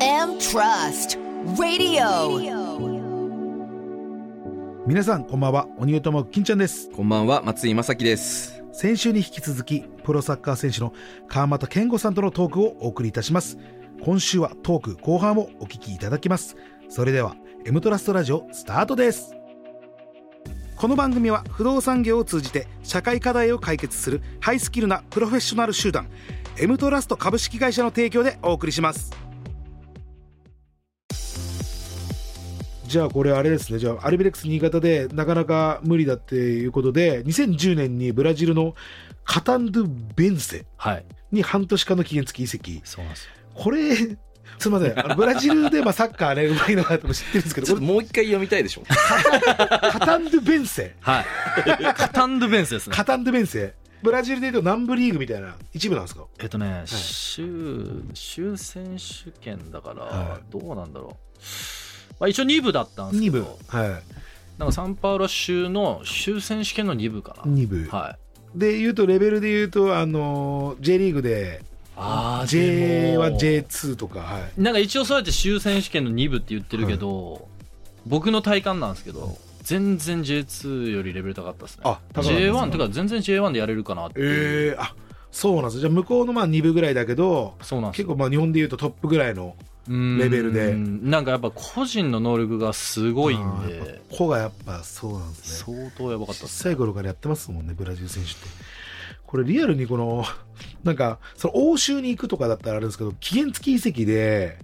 FM Trust Radio. 皆さんこんばんは鬼とも金ちゃんですこんばんは、松井正樹です。先週に引き続きプロサッカー選手の川又健吾さんとのトークをお送りいたします今週はトーク後半をお聞きいただきますそれでは M トラストラジオスタートですこの番組は不動産業を通じて社会課題を解決するハイスキルなプロフェッショナル集団 M トラスト株式会社の提供でお送りしますじゃあこれあれですねじゃあアルビレックス新潟でなかなか無理だっていうことで2010年にブラジルのカタンドゥ・ベンセはい。に半年間の期限付き移籍そうなんですよ。これすみませんあのブラジルでまあサッカーねうまいのかとも知ってるんですけちょどっこともう一回読みたいでしょ。れカタンドゥ・ベンセはい。カタンドゥベンスですね。カタンドゥ・ベンセブラジルでいうと南部リーグみたいな一部なんですかえっとね、州、州選手権だから、はどうなんだろう。まあ、一応2部だったんです2け部ど、はなんかサンパウロ州の州選手権の2部かいな。 2部、はい。でいうとレベルでいうとあの J リーグであ J1J2 とかはいなんか一応そうやって州選手権の2部って言ってるけど、僕の体感なんですけど、全然 J2 よりレベル高かったですね。あ高かったですか J1 とか全然 J1 でやれるかなっていえう。ー、あそうなんですよじゃあ向こうのまあ2部ぐらいだけどそうなんですよ結構まあ日本でいうとトップぐらいのレベルでうーんなんかやっぱ個人の能力がすごいんあーやっでぱ子がやっぱそうなんですね相当やばかった小っすさい頃からやってますもんねブラジル選手ってこれリアルにこの なんかその欧州に行くとかだったらあれですけど期限付き移籍で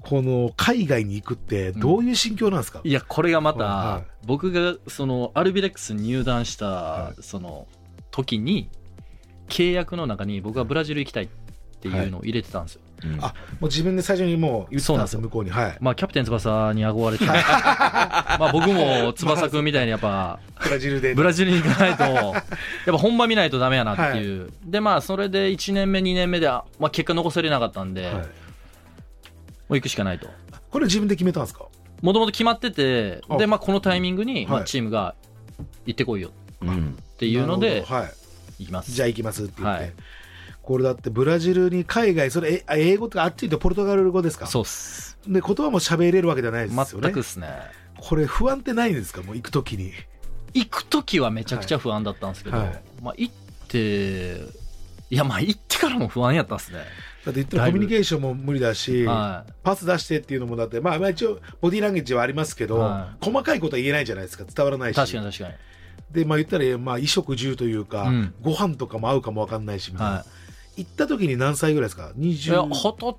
この海外に行くってどういう心境なんですか、いやこれがまはた僕がそのアルビレックスに入団したその時に契約の中に僕はブラジル行きたいっていうのを入れてたんですよ、うんあもう自分で最初にもう言ってたんですそうなんですよよ向こうにはいまあキャプテン翼に憧れて まあ僕も翼くんみたいにや っぱブラジルでブラジルに行かな いと、やっぱ本場見ないとダメやなっていう。で、まあ、それで1年目、2年目で、あまあ、結果残せれなかったんで、はもいう行くしかないと。これ自分で決めたんですかもともと決まっててあ、で、まあ、このタイミングに、まはあ、いチームが行ってこいようん。っていうのなでるほ、どはい行きます。じゃあ行きますって言って、はいこれだってブラジルに海外それえあ英語とかあっち行ってポルトガル語ですかそうっす。で言葉も喋れるわけじゃないですよね全くっすね。これ不安ってないんですかもう行く時に行くときはめちゃくちゃ不安だったんですけど、はいまあ、行って、いや、まあ、行ってからも不安やったっすね。だって言ったらだコいミぶュニケーションも無理だし、はい。パス出してっていうのもだって、まあ、まあ一応ボディーランゲージはありますけど、は細かいことは言えないじゃないですか伝わらないし確かに確かに。で、まあ、言ったら、まあ、衣食住というか、うんご飯とかも合うかも分かんないしみたいな、はい。行った時に何歳ぐらいですかいや20二十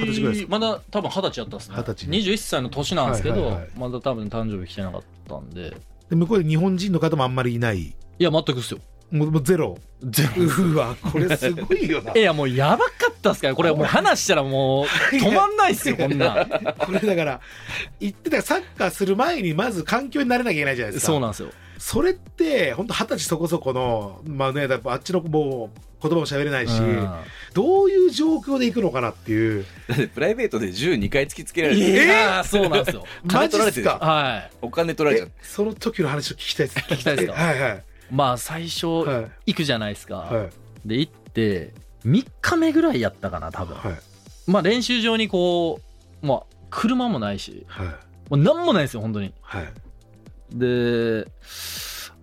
二十歳ぐらいですまだ多分二十歳やったっすね二十歳21歳の年なんですけはいど、はいはいまだ多分誕生日来てなかったんでで向こうで日本人の方もあんまりいないいや全くっすよもうもうゼ ロ全うわこれすごいよないやもうやばかったっすからこれもう話したらもう 止まんないっすよこんなんこれだから行ってたらサッカーする前にまず環境になれなきゃいけないじゃないですかそうなんですよそれって本当二十歳そこそこのまあねだからあっちのもう言葉も喋れないし、うんどういう状況で行くのかなっていうだってプライベートで銃2回突きつけられいて、やーそうなんですよマ金ジ取らっれすてるでしょか はお金取られちゃえう。その時の話を聞きたいです聞きたいですかはいはいいまあ最初はい行くじゃないですか、はいで行って3日目ぐらいやったかな多分、はいまあ練習場にこうまあ車もないしはいもう何もないですよ本当にはいで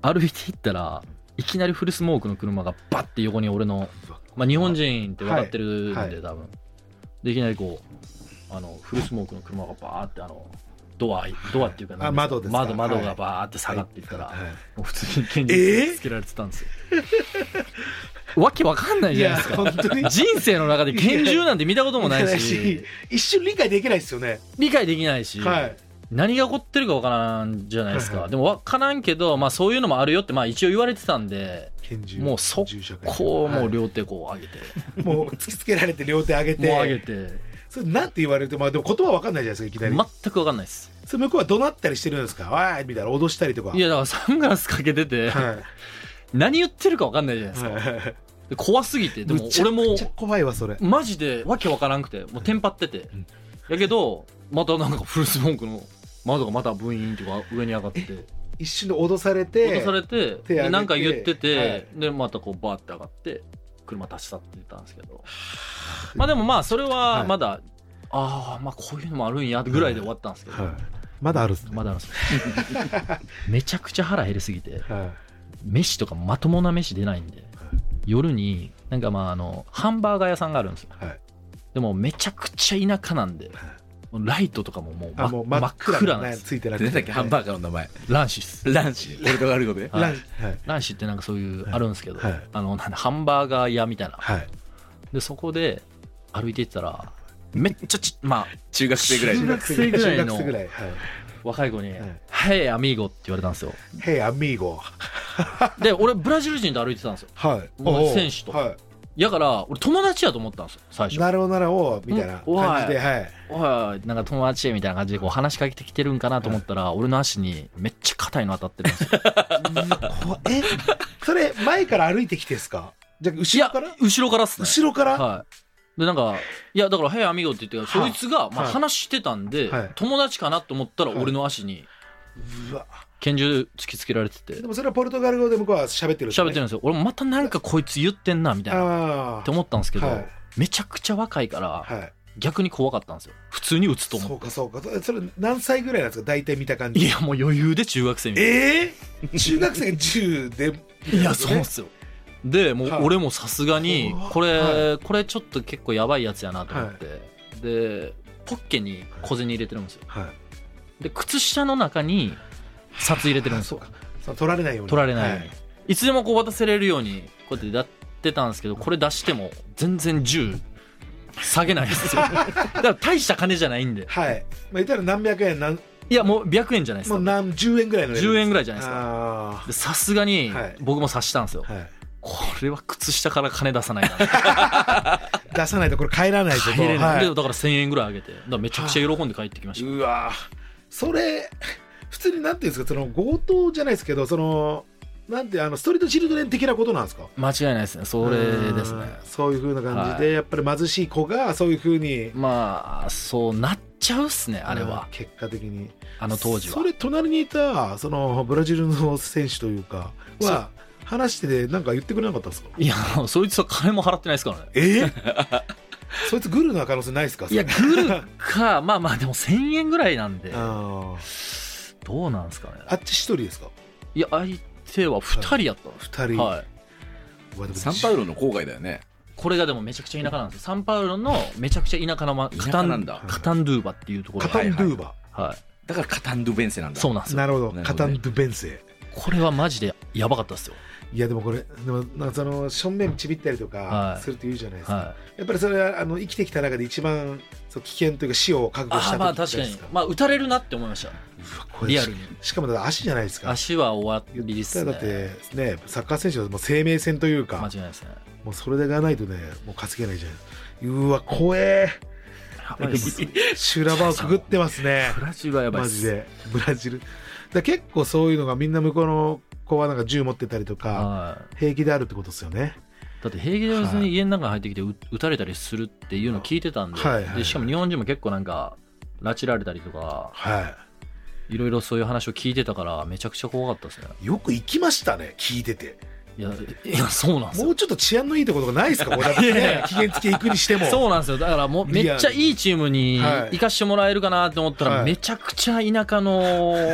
歩いていったらいきなりフルスモークの車がバッて横に俺の、まあ、日本人って分かってるんで、はいはい多分でいきなりこうあのフルスモークの車がバーってあのドアドアっていうかあ窓ですか窓窓はがいバーって下がっていったら、はいもう普通に現えー実つけられてたんですよ、わけわかんないいじゃないやですか本当に人生の中で拳銃なんて見たこともないし一瞬理解できないですよね理解できないし、はい何が起こってるか分からんじゃないですか、はいはいでも分からんけど、まあ、そういうのもあるよって、まあ、一応言われてたんで拳銃もう速銃社会こうもはうい両手こう上げて、もう突きつけられて両手上げてもう上げてそれなんて言われてまあでも言葉わかんないじゃないですかいきなり、全く分かんないですそれ向こうは怒鳴ったりしてるんですかわーいみたいな脅したりとかいやだからサングラスかけててはい何言ってるか分かんないじゃないですか、はいで怖すぎてでむもちゃ俺めもちゃ怖いわそれマジでわけ分からんくてもうテンパってて、んやけどまたなんかフルスモークの窓がまたブイーンとか上に上がって一瞬で脅されて落とされて手上げてでなんか言ってて、はいでまたこうバーって上がって車立ち去ってたんですけどまあでもまあそれはまだああまあこういうのもあるんやぐらいで終わったんですけど、はい、まだあるっすねまだあるんです めちゃくちゃ腹減りすぎてはい飯とかまともな飯出ないんでは夜になんかまああのハンバーガー屋さんがあるんですよはいでもめちゃくちゃ田舎なんでライトとかももうあもう真真真っっ暗暗ななんねですついてなく何だっけ、ハンバーーガーの名前。ランシスランシ。ポルトガル語で。はいはいランシってなんかそういうあるんですけど、はいあのなんだハンバーガー屋みたいなはいでそこで歩いていったらめっちゃちま中学生ぐらい中の。学生ぐらいの中学生ぐらいはいあ若い子にはい「はいアミーゴ」って言われたんですよ Hey amigo で俺ブラジル人と歩いてたんですよはいもう選手とはやから俺友達やと思ったんですよ最い初なるほどなるほどみたいな感じではいおいおいなんか友達みたいな感じでこう話しかけてきてるんかなと思ったら俺の足にめっちゃ硬いの当たってるんですよこえそれ前から歩いてきてですかじゃあい後ろやから後ろからっすね後ろからははいでなんかいやだから「はいアミーゴ」って言ってはそいいつがまあはい話してたんではい友達かなと思ったらはい俺の足にうわ拳銃突きつけられててでもそれはポルトガル語で向こうは喋ってるんですね喋ってるんですよ俺もまたなんかこいつ言ってんなみたいなっあて思ったんですけどはいめちゃくちゃ若いからあはい逆に怖かったんですよ普通に撃つとそ思ううかそうかそれ何歳ぐらいなんですか大体見た感いじやもう余裕で中学生みたいえー中学生が10でないやそうっすよでもうはい俺もさすがに怖っこはれこれちょっと結構やばいやつやなと思ってでポッケに小銭入れてるんですよはいで靴下の中に札入れてるんですよあそうかそう取られないように取られないように、、はいつでもこう渡せれるようにこうやってやってたんですけどこれ出しても全然銃下げないん ですよだから大した金じゃないんではい、まあ、言ったら何百円何いやもう100円じゃないですもかう何十円ぐらいの10円ぐぐらいじゃらないですかあでさすがにはい僕も察したんですよ、あはいこれは靴下から金出さないな出さないとこれ帰らないぞと帰れない、はいでだから1000円ぐらいあげてだからめちゃくちゃ喜んで帰ってきました、うわそれ普通になんていうんですかその強盗じゃないですけどそのなんてあのストリートチルドレン的なことなんですか間違いないですねそれですねうんそういうふうな感じで、はやっぱり貧しい子がそういうふうにまあそうなっちゃうっすねあれうはん、結果的にあの当時はそれ隣にいたそのブラジルの選手というかは話しててなんか言ってくれなかったんですかいやそいつは金も払ってないですからねえそいつグルな可能性ないですかいや、グルか、まあまあ、でも1000円ぐらいなんで、あーどうなんですかね。あっち一人ですかいや、相手は2人やったんです二人、よ。はい。うわでもサンパウロの郊外だよね。これがでもめちゃくちゃ田舎なんですよ。サンパウロのめちゃくちゃ田舎の、ま、田カ舎タなんンだカタンドゥーバっていうところカがタはンいドゥーバはだからカタンドゥベンセなんい。だ。そうなんですよ。なるほどなるほどねカタンドゥベンセこれはマジでやばかったですよ。いやでもこれでもなんかその正面ちびったりとかはいするって言うじゃないですか、はい。やっぱりそれはあの生きてきた中で一番そう危険というか死を覚悟しあたあ、時まあじゃ確かないでにすか。まあ、打たれるなって思いました。うわこれリアルに。しかもだって足じゃないですか足は終わ言っりでたすらだねっ。てねサッカー選手はもう生命線という間か違いないですね。もうそれがないとねもう担げないじゃないうわ怖えやばいっすね修羅場をくぐってますねブラジルはやばいマっジす。でブラジルだから結構そういうのがみんな向こうの子はなんか銃持ってたりとかはい。平気であるってことですよねだって平気で別に家の中に入ってきてう撃たれたりするっていうのを聞いてたんで,、はいはいでしかも日本人も結構なんか拉致られたりとかはいいろいろそういう話を聞いてたからめちゃくちゃ怖かったですねよく行きましたね聞いてていやいやそうなんですもようちょっと治安のいいところがないですかこれだって いやいねや期限付き行くにしてもそうなんですよだからもうめっちゃいいチームにリアルはい行かしてもらえるかなと思ったら、はいめちゃくちゃ田舎のチ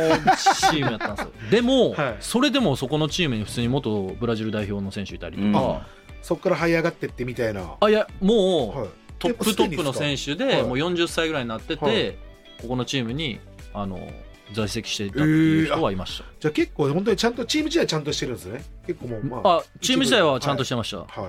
ームやった んですよでも、はいそれでもそこのチームに普通に元ブラジル代表の選手いたりとか、そこから這い上がってってみたいなあいやもう、はいトップトップの選手はでいもう40歳ぐらいになってて、はいここのチームにあの在籍していたっていう人はいました、じゃあ結構本当にちゃんとチーム自体はちゃんとしてるんですね結構もうまああチーム自体はちゃんとしてました、はいはい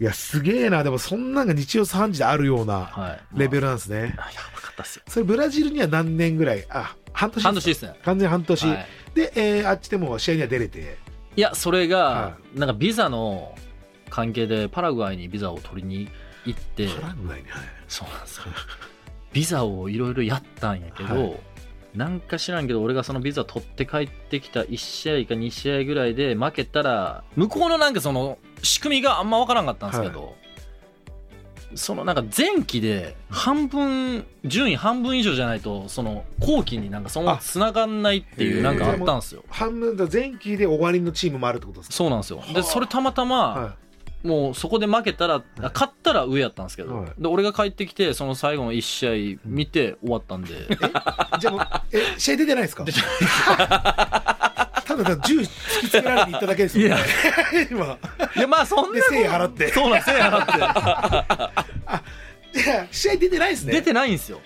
いやすげえなでもそんなんが日曜3時であるようなレベル、ルなんですね、あ、やばかったっすよそれブラジルには何年ぐらいあ半年半年ですね、完全半年、はい、で、えーあっちでもう試合には出れていやそれが、はなんかビザの関係でパラグアイにビザを取りに行ってパラグアイにはいそうなんですよビザをいろいろやったんやけど、はなんか知らんけど俺がそのビザ取って帰ってきた1試合か2試合ぐらいで負けたら向こうのなんかその仕組みがあんま分からんかったんですけど、そのなんか前期で半分順位半分以上じゃないとその後期になんかそのあつながんないっていへうーなんかあったんですよ半分だ前期で終わりのチームもあるってことですかそうなんですよはあでそれたまたはまいもうそこで負けたら、あ勝ったら上やったんですけど、はいで俺が帰ってきて、その最後の1試合見て終わったんで、じゃあもう、え、試合出てないですか ただただ銃突きつけられていっただけですよね。 今。 いやまあそんでな、 1000円払って。 そうなんですよ、じゃあ試合出てないですね。出てないんですよ、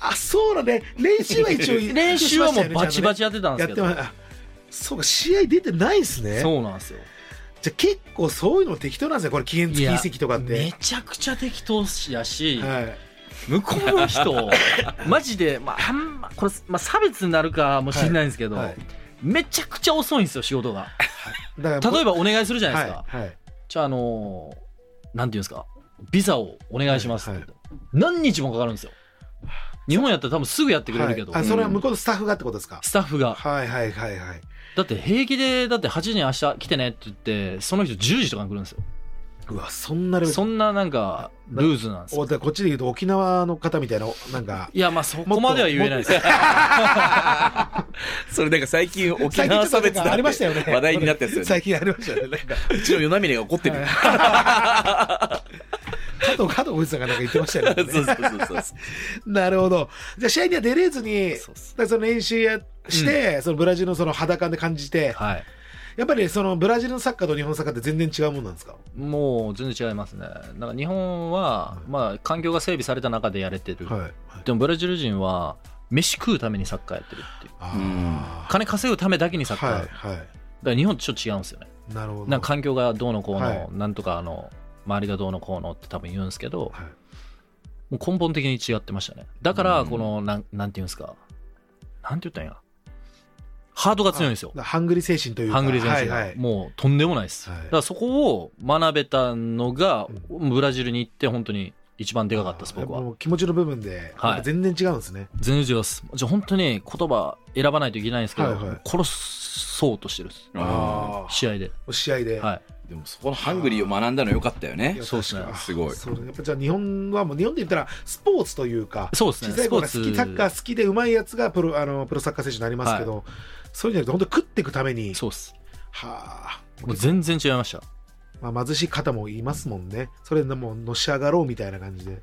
あ、そうなんね。練習は一応、 練習はもうバチバチチやってたんでやすっけてど、ます。あそうか、試合出てないですね。そうなんですよ、じゃあ結構そういうのも適当なんですね。これ期限付き移籍とかって。めちゃくちゃ適当やし、はい。向こうの 人、マジで、まあ、あんまこれ、まあ、差別になるかもしれないんですけど、はいはいめちゃくちゃ遅いんですよ、仕事が。だから例えばお願いするじゃないですか。はい。はい。じゃあ、あのーなんていうんですか、ビザをお願いしますって言って、何日もかかるんですよ。日本やったら多分すぐやってくれるけど、はいあ、それは向こうのスタッフがってことですか。スタッフが。はいはいはいはい。だって平気で、だって8時に明日来てねって言って、その人10時とかに来るんですよ。うわ、そんなレベル。そんななんか、ルーズなんですよ。おだからこっちで言うと沖縄の方みたいな、なんか、いや、まあそこまでは言えないですよ。それなんか最近沖最近縄ちょ差っと別なんかだありましたよね。話題になったやつよね最近ありましたよね。なんか、うちの与那嶺が怒ってるよ加藤、加藤浩次さんがなんか言ってましたよそう ね。そうそうそうそなるほど。じゃあ試合には出れずに、そうっすだからその練習やして、そのブラジルのその肌感で感じて、はい。やっぱりそのブラジルのサッカーと日本のサッカーって全然違うもんなんですかもう全然違いますね。なんか日本は、まあ環境が整備された中でやれてる。はい。はい、でもブラジル人は、飯食うためにサッカーやってるっていう。あ金稼ぐためだけにサあ。ッカーやる。はい。だはから日本とちょっと違うんですよね。い。なるほど。なんか環境がどうのこうの、はいなんとかあの周りがどうのこうのって多分言うんですけどはい、もう根本的に違ってましたねだからうんこの、なんなんていうんですかなんて言ったんやハードが強いんですよあハングリー精神というか。ハングリー選手が、はいはい。もうとんでもないです、はいだからそこを学べたのがブラジルに行って本当に一番でかかったです僕やっぱはもう気持ちの部分で、はいやっぱ全然違うんですね。全然違いますじゃあ本当に言葉選ばないといけないんですけど、はいはい殺そうとしてるんですうああ試合で、ー。試合で。はい、ーでもそこのハングリーを学んだのよかったよいねやそうですね確かすごいそうねやっぱじゃあ日本はもう日本で言ったらスポーツというか、そうです小ねさいス子ポがー好ツきサッカー好きでうまいやつがプロあのプロサッカー選手になりますけど、そういうんじゃなくて本当に食っていくためにそうっすはもう全然違いましたあ、まあ、貧しい方もいますもんねそれでもうのし上がろうみたいな感じで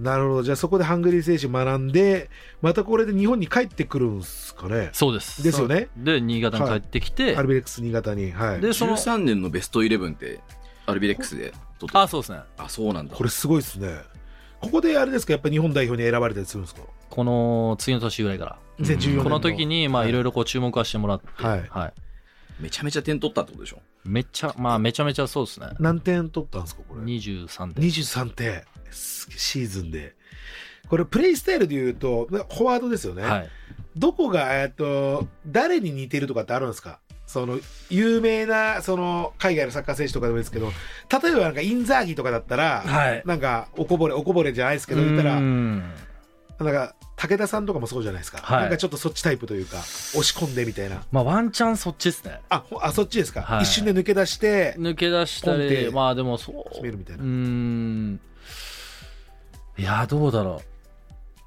なるほどじゃあそこでハングリー精神学んでまたこれで日本に帰ってくるんすかねそうですですよねで新潟に帰ってきて、アルビレックス新潟にはいでその13年のベストイレブンってアルビレックスで取ったあそうですねあそうなんだこれすごいですねここであれですかやっぱ日本代表に選ばれたりするんですかこの次の年ぐらいから2014年この時にまはあいいろいろこう注目はしてもらって、ははいいめちゃめちゃ点取ったってことでしょめっちゃまあめちゃめちゃそうですね何点取ったんですかこれ23点23点すシーズンでこれプレイスタイルでいうとフォワードですよね、はいどこがえっと誰に似てるとかってあるんですかその有名なその海外のサッカー選手とかでもいいですけど例えばなんかインザーギとかだったら、はいなんかおこぼれおこぼれじゃないですけど言ったらなんか武田さんとかもそうじゃないですか、はいなんかちょっとそっちタイプというか押し込んでみたいなまあワンチャンそっちですねあほあそっちですか、はい一瞬で抜け出して抜け出しポたンってりまあでもそう決めるみたいうな、ーんいやどうだろ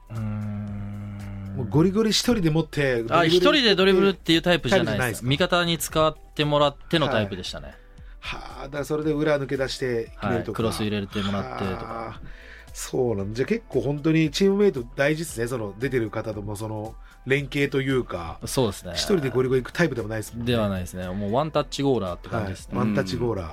ううーんもうゴリゴリ一人で持ってあ一人ででドリブルっていうタイプじゃないタイプじゃないでですすか味方に使ってもらってのタイプでしたね、はあだからそれで裏抜け出して決めはるい、とクか、ロス入れてもらってとあーかそうなんだじゃあ結構本当にチームメイト大事ですねその出てる方ともその連携というかそうですね一人でゴリゴリ行くタイプでもないですもんねでなはいないですねもうワンタッチゴーラーって感はじいです、ね、ワンタッチゴーラ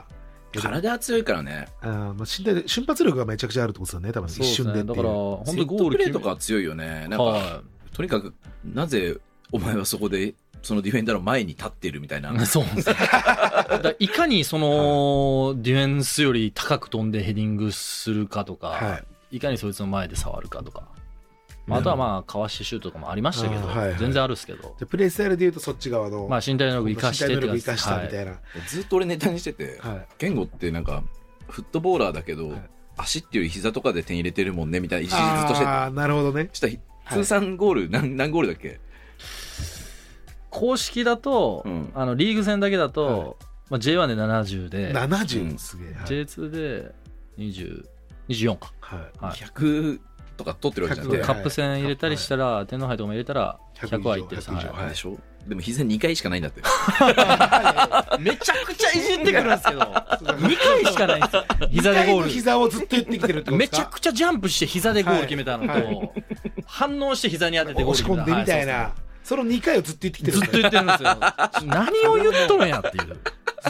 ー、あ体は強いからねーまあ、身体瞬発力がめちゃくちゃあるってことですよね多分そう一です瞬でっねてだいからう本当セにッゴートルプレ決ーとめかは強いよねなんかはとにかくなぜお前はそこでそのディフェンダーの前に立ってるみたいないそうですねだからいかにそのディフェンスより高く飛んでヘディングするかとか、、はいかにそいつの前で触るかとか、まあ、あとはまあかわしてシュートとかもありましたけど、あーはいはい全然あるっすけどじゃあプレイスタイルでいうとそっち側の、まあ身体能力身生かして体っ能て力生か感じしたみたはいな、ずっと俺ネタにしてて、はい健吾ってなんかフットボーラーだけど、はい足っていうより膝とかで点入れてるもんねみたいな一時ずっとしててああなるほどねそしたらい通算ゴール、何何ゴールだっけ公式だと、うんあのリーグ戦だけだと、まあ、J1 で70で、 70、うんすげえ、はい J2 で20 24か、はいはい、 100とか取ってるわけじゃな100くはていカップ戦入れたりしたら、天皇杯とかも入れたら100は入ってる100以上ははいでしょでも膝2回しかないんだってい めちゃくちゃいじってくるんですけど2 回しかないんですよ膝で左ゴのー膝をずっと言ってきてるってこルとでめすちゃかくちゃジャンプして膝でゴール決めたのと、はいはい反応して膝に当ててゴー押ルし決め込んたでみたいはなその2回をずっと言ってきてるずっと言ってるんです よ何を言っとるんやっていう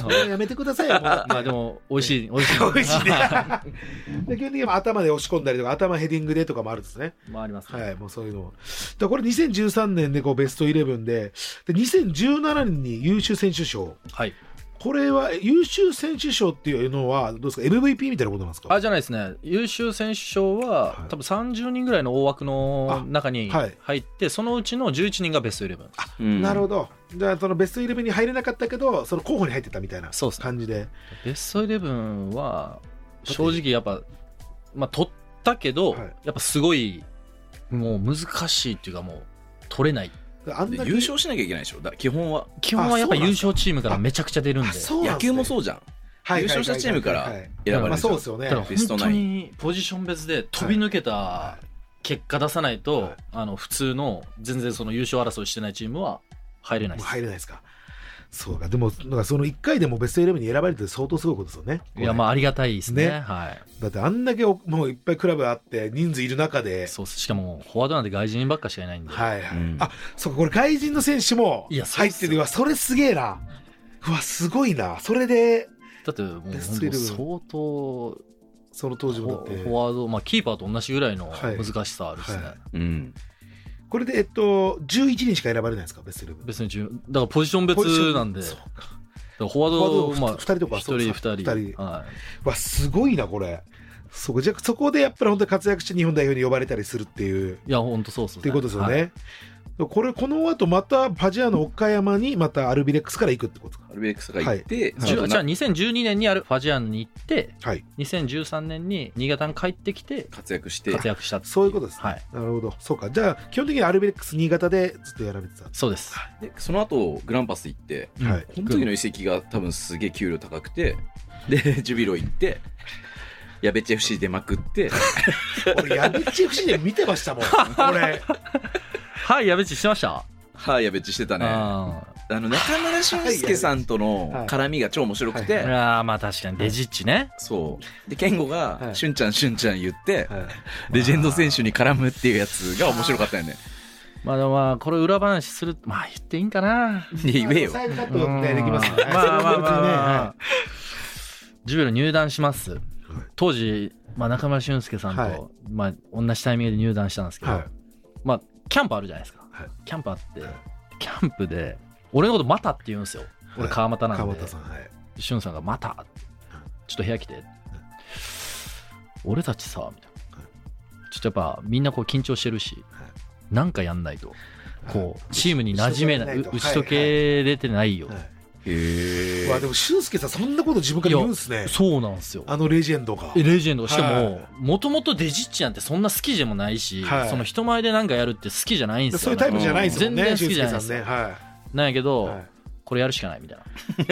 それはやめてくださいよもうだって まあでも美味しい美味しい美味しいねで基本的には頭で押し込んだりとか頭ヘディングでとかもあるんですねまあありますね、はいもうそういうのもだからこれ2013年でこうベスト11でで2017年に優秀選手賞はいこれはえ優秀選手賞っていうのはどうですか MVP みたいなことなんですかあじゃないですね優秀選手賞は、はい多分30人ぐらいの大枠の中にあはい入って、そのうちの11人がベストイレブンなるほどどじゃあそのベストイレブンに入れなかったけどその候補に入ってたみたいなそうですね感じでベストイレブンは正直やっぱ、まあ、取ったけど、はいやっぱすごいもう難しいっていうかもう取れないあんだけ優勝しなきゃいけないでしょだ基本は基本はやっぱそうなん優だ勝チームからめちゃくちゃ出るんであそうなん野ですね球もそうじゃんはいはいはいはい優勝したチームからはい選ばれまあるじゃそんうですよねだからベスト本ナ当インにポジション別で飛び抜けた結果出さないと、はいあの普通の全然その優勝争いしてないチームは入れないもうです入れないですか。そうか、でも、なんかその1回でもベスト11に選ばれるって相当すごいことですよね。いやまあありがたいですねねはいだってあんだけおもういっぱいクラブあって、人数いる中で、そうっすしかもフォワードなんて外人ばっかしかいないんで、はいはい。うんあそうか、これ外人の選手もいやそう入っってすよるわ、それすげえな。うわ、すごいな。それで、だってもうベストイレブン本当その当時相もだ当っフてォ、ワード、まあ、キーパーと同じぐらいのはい難しさあるですね、はいうんこれで、えっと、11人しか選ばれないですか、ベスト11。別に十だからポジション別なんでだそうかからフォワーフォワードドふまあ二人とか1そ人う2二人はうわ、すごいな、これ。そうかじゃあそこでやっぱり本当に活躍して日本代表に呼ばれたりするっていう。いいや本当そうっすねっていうことですよはいね。これこの後またパジアの岡山にまたアルビレックスから行くってことか。アルベックスが行って、はいじゅうじゃああ2012年にあるファジアンに行ってはい。 2013年に新潟に帰ってきて活躍して活躍したってそういうことです、ね。はいなるほど。そうか。じゃあ基本的にアルビレックス新潟でずっとやられてた。そうです、でその後グランパス行ってうんはいこの時の移籍が多分すげえ給料高くてでジュビロ行ってやべっち FC 出まくって俺ヤビッチ FC で見てましたもん。 俺。はいやべちしてましたはいやべっちしてたねああの中村俊輔さんとの絡みが超面白くて、ーあーまあ確かにデジッチねそうで健吾はがい「しゅんちゃんしゅんちゃん」言って、はいレジェンド選手に絡むっていうやつが面白かったよねまあでもまあこれ裏話するまあ言っていいんかなで言えよサイドカットみたいにできますからね。まあまあまあまあまはあジュビロ入団します当時、まあ、中村俊輔さんと、はいまあ、同じタイミングで入団したんですけど、はいまあ、キャンプあるじゃないですか、はいキャンプあってはいキャンプで俺のこと「また」って言うんですよはい俺川俣なん川で端さんはい。俊さんが「また」ちょっと部屋来て俺たちさ」みたいなはちょっとやっぱみんなこう緊張してるし、はいなんかやんないとこうチームに馴染めない打打ちち解解けけれてないよ、はいへうわでも俊介さんそんなこと自分から言うんですね。そうなんですよあのレジェンドが。えレジェンドしかはもいもともとデジッチなんてそんな好きでもないし、はいその人前でなんかやるって好きじゃないんですよそういうタイプじゃないですもんね。全然俊好きじ介ゃなさんいですね。よはなんやけど、い。はいこれやるしかないみた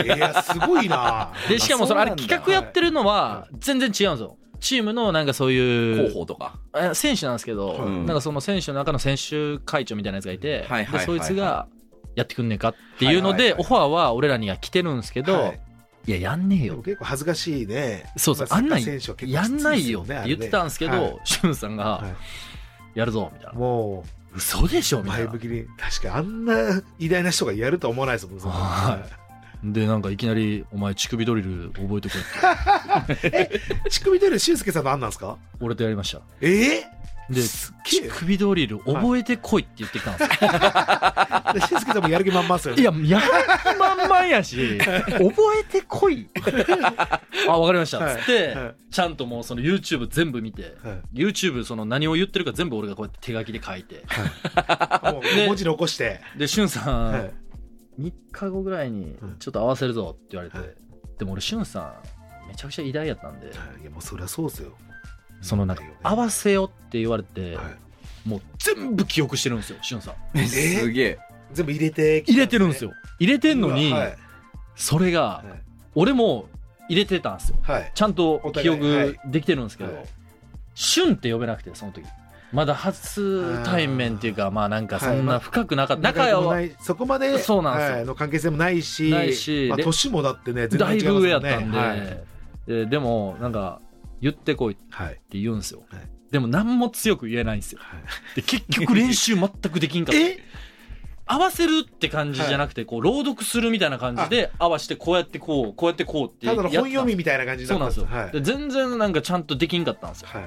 いないや、すごいな。でしかもそのああそうなんだれ企画やってるのは全然違うんですよチームのなんかそうい広う報とかえ選手なんですけど、はいなんかその選手の中の選手会長みたいなやつがいはいて、はいはいはいでそいつがやってくんねえかっていうのはいではいはいオファーは俺らには来てるんですけど、はいい、ややんねえでよも結構恥ずかしいね。そうそう、まあんなサッんカー選手は結構やんないよってきつ言ってたんですけど、あれねシュンさんはがい、やるぞみたいな、も嘘でしょうみた前いな向。きに確かにあんな偉大な人がやるとは思わないですもんねはで、なんかいきなり、お前、乳首ドリル覚えてくれって、 乳首出る俊介さんのあんなんですか俺とやりました。ええで、すっげえ乳首ドリル覚えてこいって言ってきたんですよ。で俊介さんもやる気満々ですよいねや、やる気満々や し、覚えてこい。あ、わかりました。つっはいてはい、ちゃんともうその YouTube 全部見て、はい YouTube その何を言ってるか全部俺がこうやって手書きで書いて、もうで文字に起こしてで、しゅんさはんい、 3日後ぐらいにうんちょっと合わせるぞって言われて、はいでも俺しゅんさんめちゃくちゃ偉大やったんで、いやもうそりゃそうですよそのなんか合わせよって言われて、はいもう全部記憶してるんですよしゅんさんえすげえ全部入れて入れてるんですよよ入れてんのに、はいそれがはい俺も入れてたんですよはいちゃんと記お互いはい憶できてるんですけど、はいしゅんって呼べなくてその時まだ初対面っていうかまあなんかそんな深くなかった、仲良くも仲な良いそこまでそうなんですよはいの関係性もないしないしまあ、で年もだってね全だ然い違いますもんぶね上やったんで、はいででもなんか言ってこいっはいて言うんですよ、はいでも何も強く言えないんですよはいで結局練習全くできんかったえ合わせるって感じじゃなくてこう朗読するみたいな感じで合わせてこうやってこうこうやってこうってやたっだたのんです本読みみたいな感じにそなうなんっですたよ、はいで全然なんかちゃんとできんかったんですよはい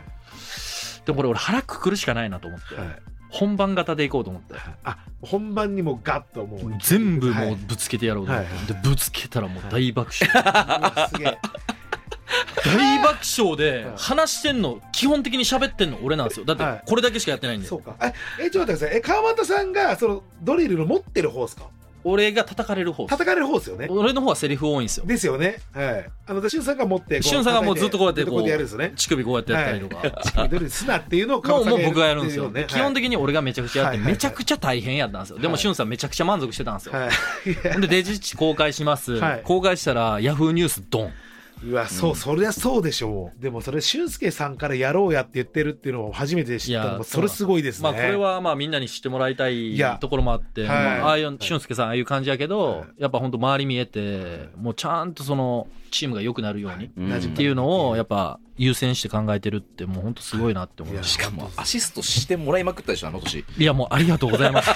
でもこれ俺腹くくるしかないなと思って、はい本番型でいこうと思ってあ本番にもガッともう全部は もういぶつけてやろうと思って、はいはいでぶつけたらもう大爆笑、 うわすげえ大爆笑ではい話してんの基本的に喋ってんの俺なんですよだっはいてこれだけしかやってないんで、そうかええちょっと待ってくださいえ川端さんがそのドリルの持ってる方ですか俺が叩かれる方叩かれる方ですよね俺の方はセリフ多いんですよですよねはいあのしゅんさんが持ってこうしゅんさんがもうずっとこうやって叩いこうやってやるんですよね 乳首こうやってやったりとか、ドリルすなっていうのをも川う端もさうん僕がやるんですよ、ねはい基本的に俺がめちゃくちゃやっはて、いはいはいめちゃくちゃ大変やったんですよ、ではもいしゅんさんめちゃくちゃ満足してたんですよ、はいほんでデジッチ公開します、はい公開したらヤフーニュースドンうわそう、そりゃそうでしょうでもそれ俊介さんからやろうやって言ってるっていうのを初めて知ったのいもやそれすごいですねまあこれはまあみんなに知ってもらいたいいやところもあって、はいまあ、ああいう俊介さんああいう感じやけはど、いやっぱ本当周り見えてもうちゃんとそのチームが良くなるようにっうん馴染みていうのをやっぱ優先して考えてるってもう本当すごいなって思いまししたかもアシストしてもらいまくったでしょあの年いやもうありがとうござ います、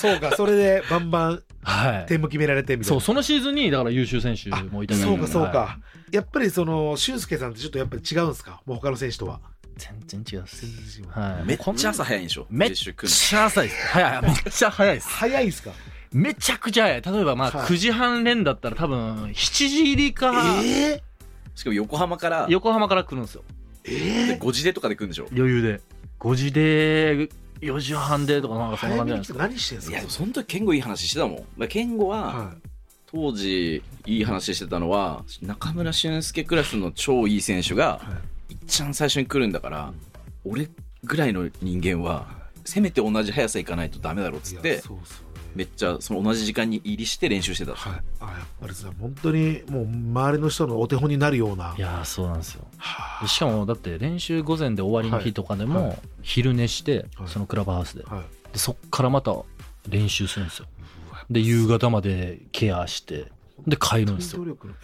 そうかそれでバンバンはい、点も決められてみたいそなうそのシーズンにだから優秀選手もいたりそうかそうか、はやっぱりその俊介さんってちょっとやっぱり違うんですかもう他の選手とはい全然違うっす、全然違うはい、めっちゃ朝早いんでしょめっ自ち主訓ゃ朝いです。早い。めっちゃ早いです。早いんすかめちゃくちゃ早い。例えばまあはい9時半連だったら多分7時入りか、えしかも横浜から横浜から来るんですよ。ええ5時でとかで来るんでしょ余裕で。5時で、4時半でとかなえんかそんな早感じめじゃないにで来て何してすか。んすいかやでもその時健吾いい話してたもんまあ健吾はは当時いい話してたのは中村俊輔クラスの超いい選手がはいっゃん最初に来るんだから俺ぐらいの人間はせめて同じ速さ行かないとダメだろうっいつっいやてそうそうめっちゃその同じ時間に入りして練習してたはい、あやっぱりさ本当にもう周りの人のお手本になるようないやーそうなんですよ。はでしかもだって練習午前で終わりの日とかではいはも昼寝してはいそのクラブハウスであはいでそっからまた練習するんですよで夕方までケアしてで帰るんですよ努力の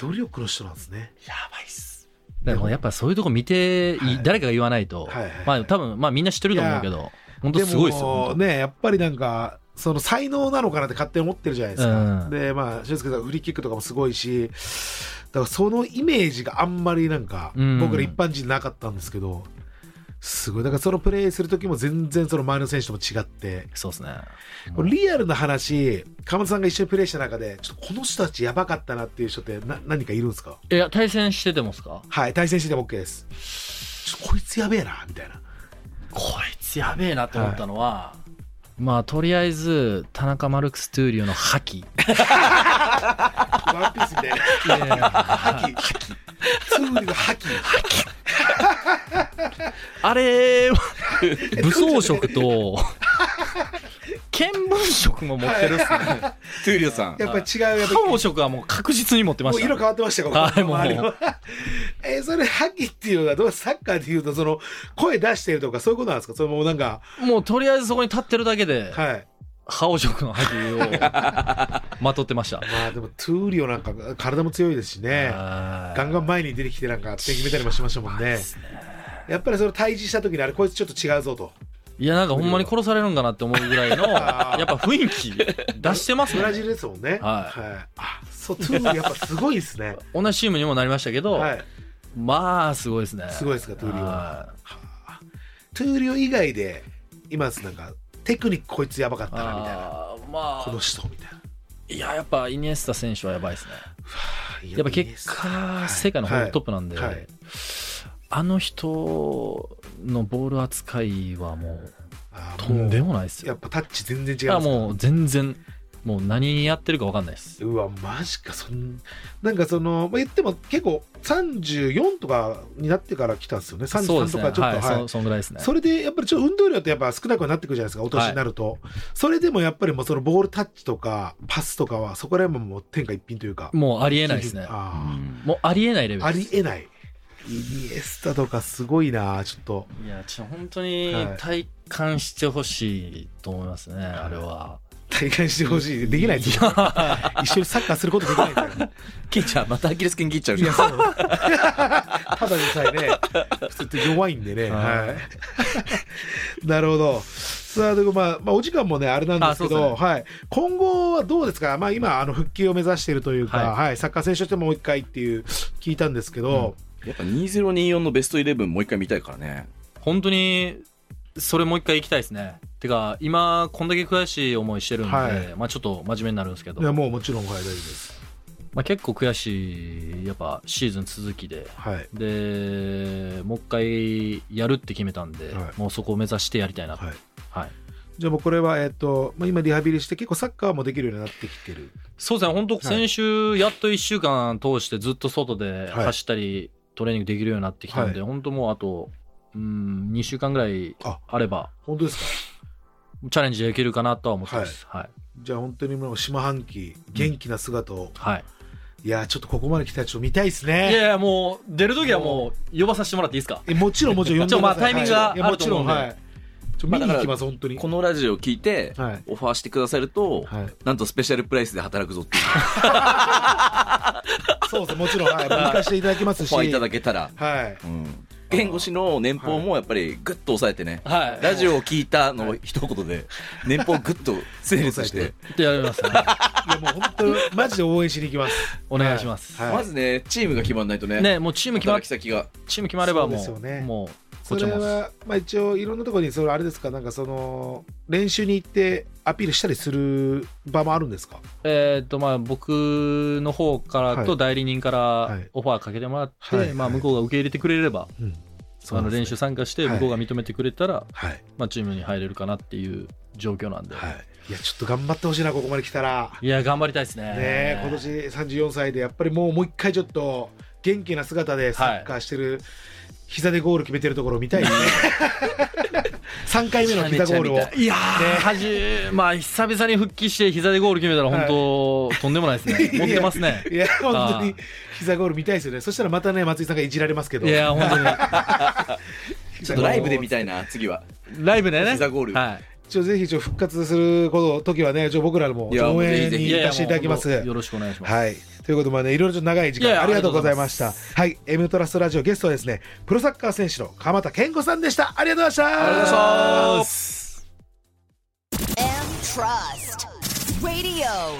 努力の人なんですねやばいっすでもやっぱそういうとこ見てい、はい誰かが言わないと、はいはいはいまあ多分まあみんな知ってると思うけど、本当すごいですよ。も本当ねやっぱりなんかその才能なのかなって勝手に思ってるじゃないですか、うんでまあ俊介さんフリーキックとかもすごいしだからそのイメージがあんまりなんか、うん僕ら一般人なかったんですけどすごいだからそのプレーする時も全然その周りの選手とも違ってそうですね。これリアルな話鎌田さんが一緒にプレーした中でちょっとこの人たちやばかったなっていう人ってな何かいるんですかいや対戦しててもですか？はい対戦してても OK ですちょっとこいつやべえなみたいなこいつやべえなって思ったのは、まあとりあえず田中マルクストゥーリオの覇気。ワンピースみたいな覇気覇気ツーリの覇気あれは 武装色と見聞色も持ってるっすね。トゥーリオさんやっぱり違うやっぱ覇王色はもう確実に持ってまもうした。色変わってましたかはいもう周りは えそれ覇気っていうのはどうサッカーでいうとその声出してるとかそういうことなんですかそれもうなんかもうとりあえずそこに立ってるだけではい覇王色の覇気をまとってました。まあでもトゥーリオなんか体も強いですしねガガンガン前に出てきてなんか点決めたりもしましたもんねやっぱりその対峙した時にあれこいつちょっと違うぞといやなんかほんまに殺されるんかなって思うぐらいのあーやっぱ雰囲気出してますブラジねルですもんねはいいあそうトゥーリオやっぱすごいですね同じチームにもなりましたけど、はいまあすごいですねすごいですかトゥーリオはトゥーリオ以外で今ですなんかテクニックこいつやばかったなみたいなあーまこのあ人みたいないややっぱイニエスタ選手はやばいですねやっぱ結は果い世界のトップなんで、はいはいあの人のボール扱いはもうあーとんでもないですやよっぱタッチ全然違いあますもう全然もう何やってるか分かんないですうわマジかそんなんかその、まあ、言っても結構34とかになってから来たんですよねそうで33すとねかちょっとはい、はいそそんぐらいですねそれでやっぱりちょっと運動量ってやっぱ少なくなってくるじゃないですかお年になると、それでもやっぱりもうそのボールタッチとかパスとかはそこら辺ももう天下一品というかもうありえないですねあうんもうありえないレベーあルでりすえないイニエスタとかすごいなちょっといやちょ本当にはい体感してほしいと思いますね、あれは体感してほしいできないですよ一緒にサッカーすることできないか切っちゃうまたアキレス腱切っちゃらういやそうただでさえね普通って弱いんでねはいはい なるほどさあでもまあ、まあ、お時間もねあれなんですけどあそうではい、今後はどうですか、まあ、今あの復帰を目指しているというか、ははいサッカー選手としてもう一回っていう聞いたんですけど、やっぱ2024のベスト11もう一回見たいからね本当にそれもう一回行きたいですねてか今こんだけ悔しい思いしてるんで、はいまあ、ちょっと真面目になるんですけど、いやまもうもちろんはい大丈夫です、あ、結構悔しいやっぱシーズン続きではい、でもう一回やるって決めたんで、はいもうそこを目指してやりたいなと、はいはいじゃあもうこれは、えっとまあ、今リハビリして結構サッカーもできるようになってきてるそうですね本当先週やっと1週間通してずっと外ではい走ったりトレーニングできるようになってきたんで、本当もうあとうん2週間ぐらいああれば本当ですかチャレンジできるかなとは思ってますはい、じゃあ本当にもう下半期元気な姿を、はいいやーちょっとここまで来たらちょっと見たいですいやねいやもう出る時はもう呼ばさせてもらっていいですかえもちろんもちろん呼んでくださいちょっとまあタイミングがはいいやあもるとち思ろうんんではいちょっと見に行きます本当にこのラジオを聞いて、はいオファーしてくださると、 はいなんとスペシャルプライスで働くぞっていうそうですもちろんはい行かせていただきますオしファーいただけたら、はいうん、弁護士の年俸もやっぱりグッと抑えてね、はいラジオを聞いたの一言で年俸グッと整列し抑えててってやります ねいやもう本当マジで応援しに行きますお願いします、はいまずねチームが決まんないとねねもうチーム決ま働き先がチーム決まればもそううですよねもうこそっちれもはまあ一応いろんなところにそれあれですかなんかその練習に行ってアピールしたりする場もあるんですかえー、とまあ僕の方からはとい代理人からいオファーかけてもらって、はいまあ、はい向こうが受け入れてくれれば、うんあの練習参加してはい向こうが認めてくれたら、はいまあ、チームに入れるかなっていう状況なんで、はいいやちょっと頑張ってほしいなここまで来たらい、や頑張りたいですねねえ今年34歳でやっぱりもうもう一回ちょっと元気な姿でサッカーしてる、膝でゴール決めてるところを見 たいね3回目の膝ゴールをめちゃめちゃ見いやー、はじまあ、久々に復帰して膝でゴール決めたら本当、とんでもないですね持ってますねいや本当に膝ゴール見たいですよねそしたらまたね松井さんがいじられますけどいや本当にちょっとライブで見たたいな次はライブ でね膝ゴールはちょぜひちょ復活すること時はねちょ僕らもいや応援ぜい、ひにい行やかせていただきますやもうよろしくお願いします、はい。ということで、ね、いろいろちょっと長い時間いやいやありがとうございましあた。りがとはい。エムトラストラジオゲストはですね、プロサッカー選手の鎌田健吾さんでした。ありがとうございました。ありがとうございま。す M Trust Radio.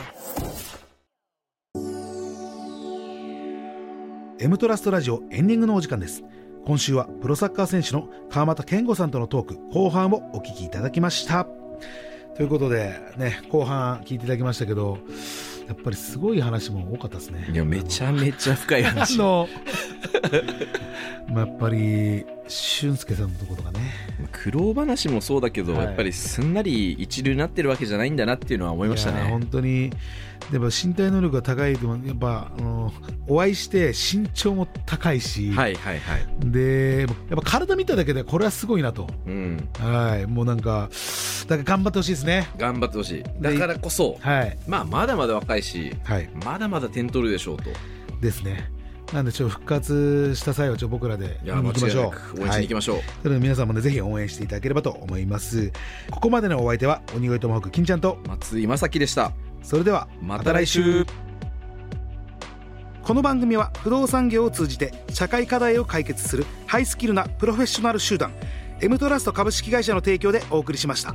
M トラストラジオエンディングのお時間です今週はプロサッカー選手の川又健吾さんとのトーク後半をお聞きいただきましたということでね後半聞いていただきましたけどやっぱりすごい話も多かったですねいやめちゃめちゃ深いあ話の まあやっぱり俊介さんのところがね苦労話もそうだけど、はいやっぱりすんなり一流になってるわけじゃないんだなっていうのは思いましたいやね本当にでも身体能力が高いとやっぱあのお会いして身長も高いし、はいはいはいでやっぱ体見ただけでこれはすごいなとうんはい、もうなんか、だから頑張ってほしいですね。頑張ってほしいだからこそはい、まあまだまだ若いしはい、まだまだ点取るでしょうとですね。なんで、ちょっと復活した際は、ちょっと僕らでい見やに行間きま違いしょなくう。応援しはに行きい、ましょう、それで皆さんもね、ぜひ応援していただければと思います。ここまでのお相手は、鬼越トマホーク金ちゃんと、松井正樹でしたそれでは、また来週この番組は不動産業を通じて社会課題を解決するハイスキルなプロフェッショナル集団 M トラスト株式会社の提供でお送りしました。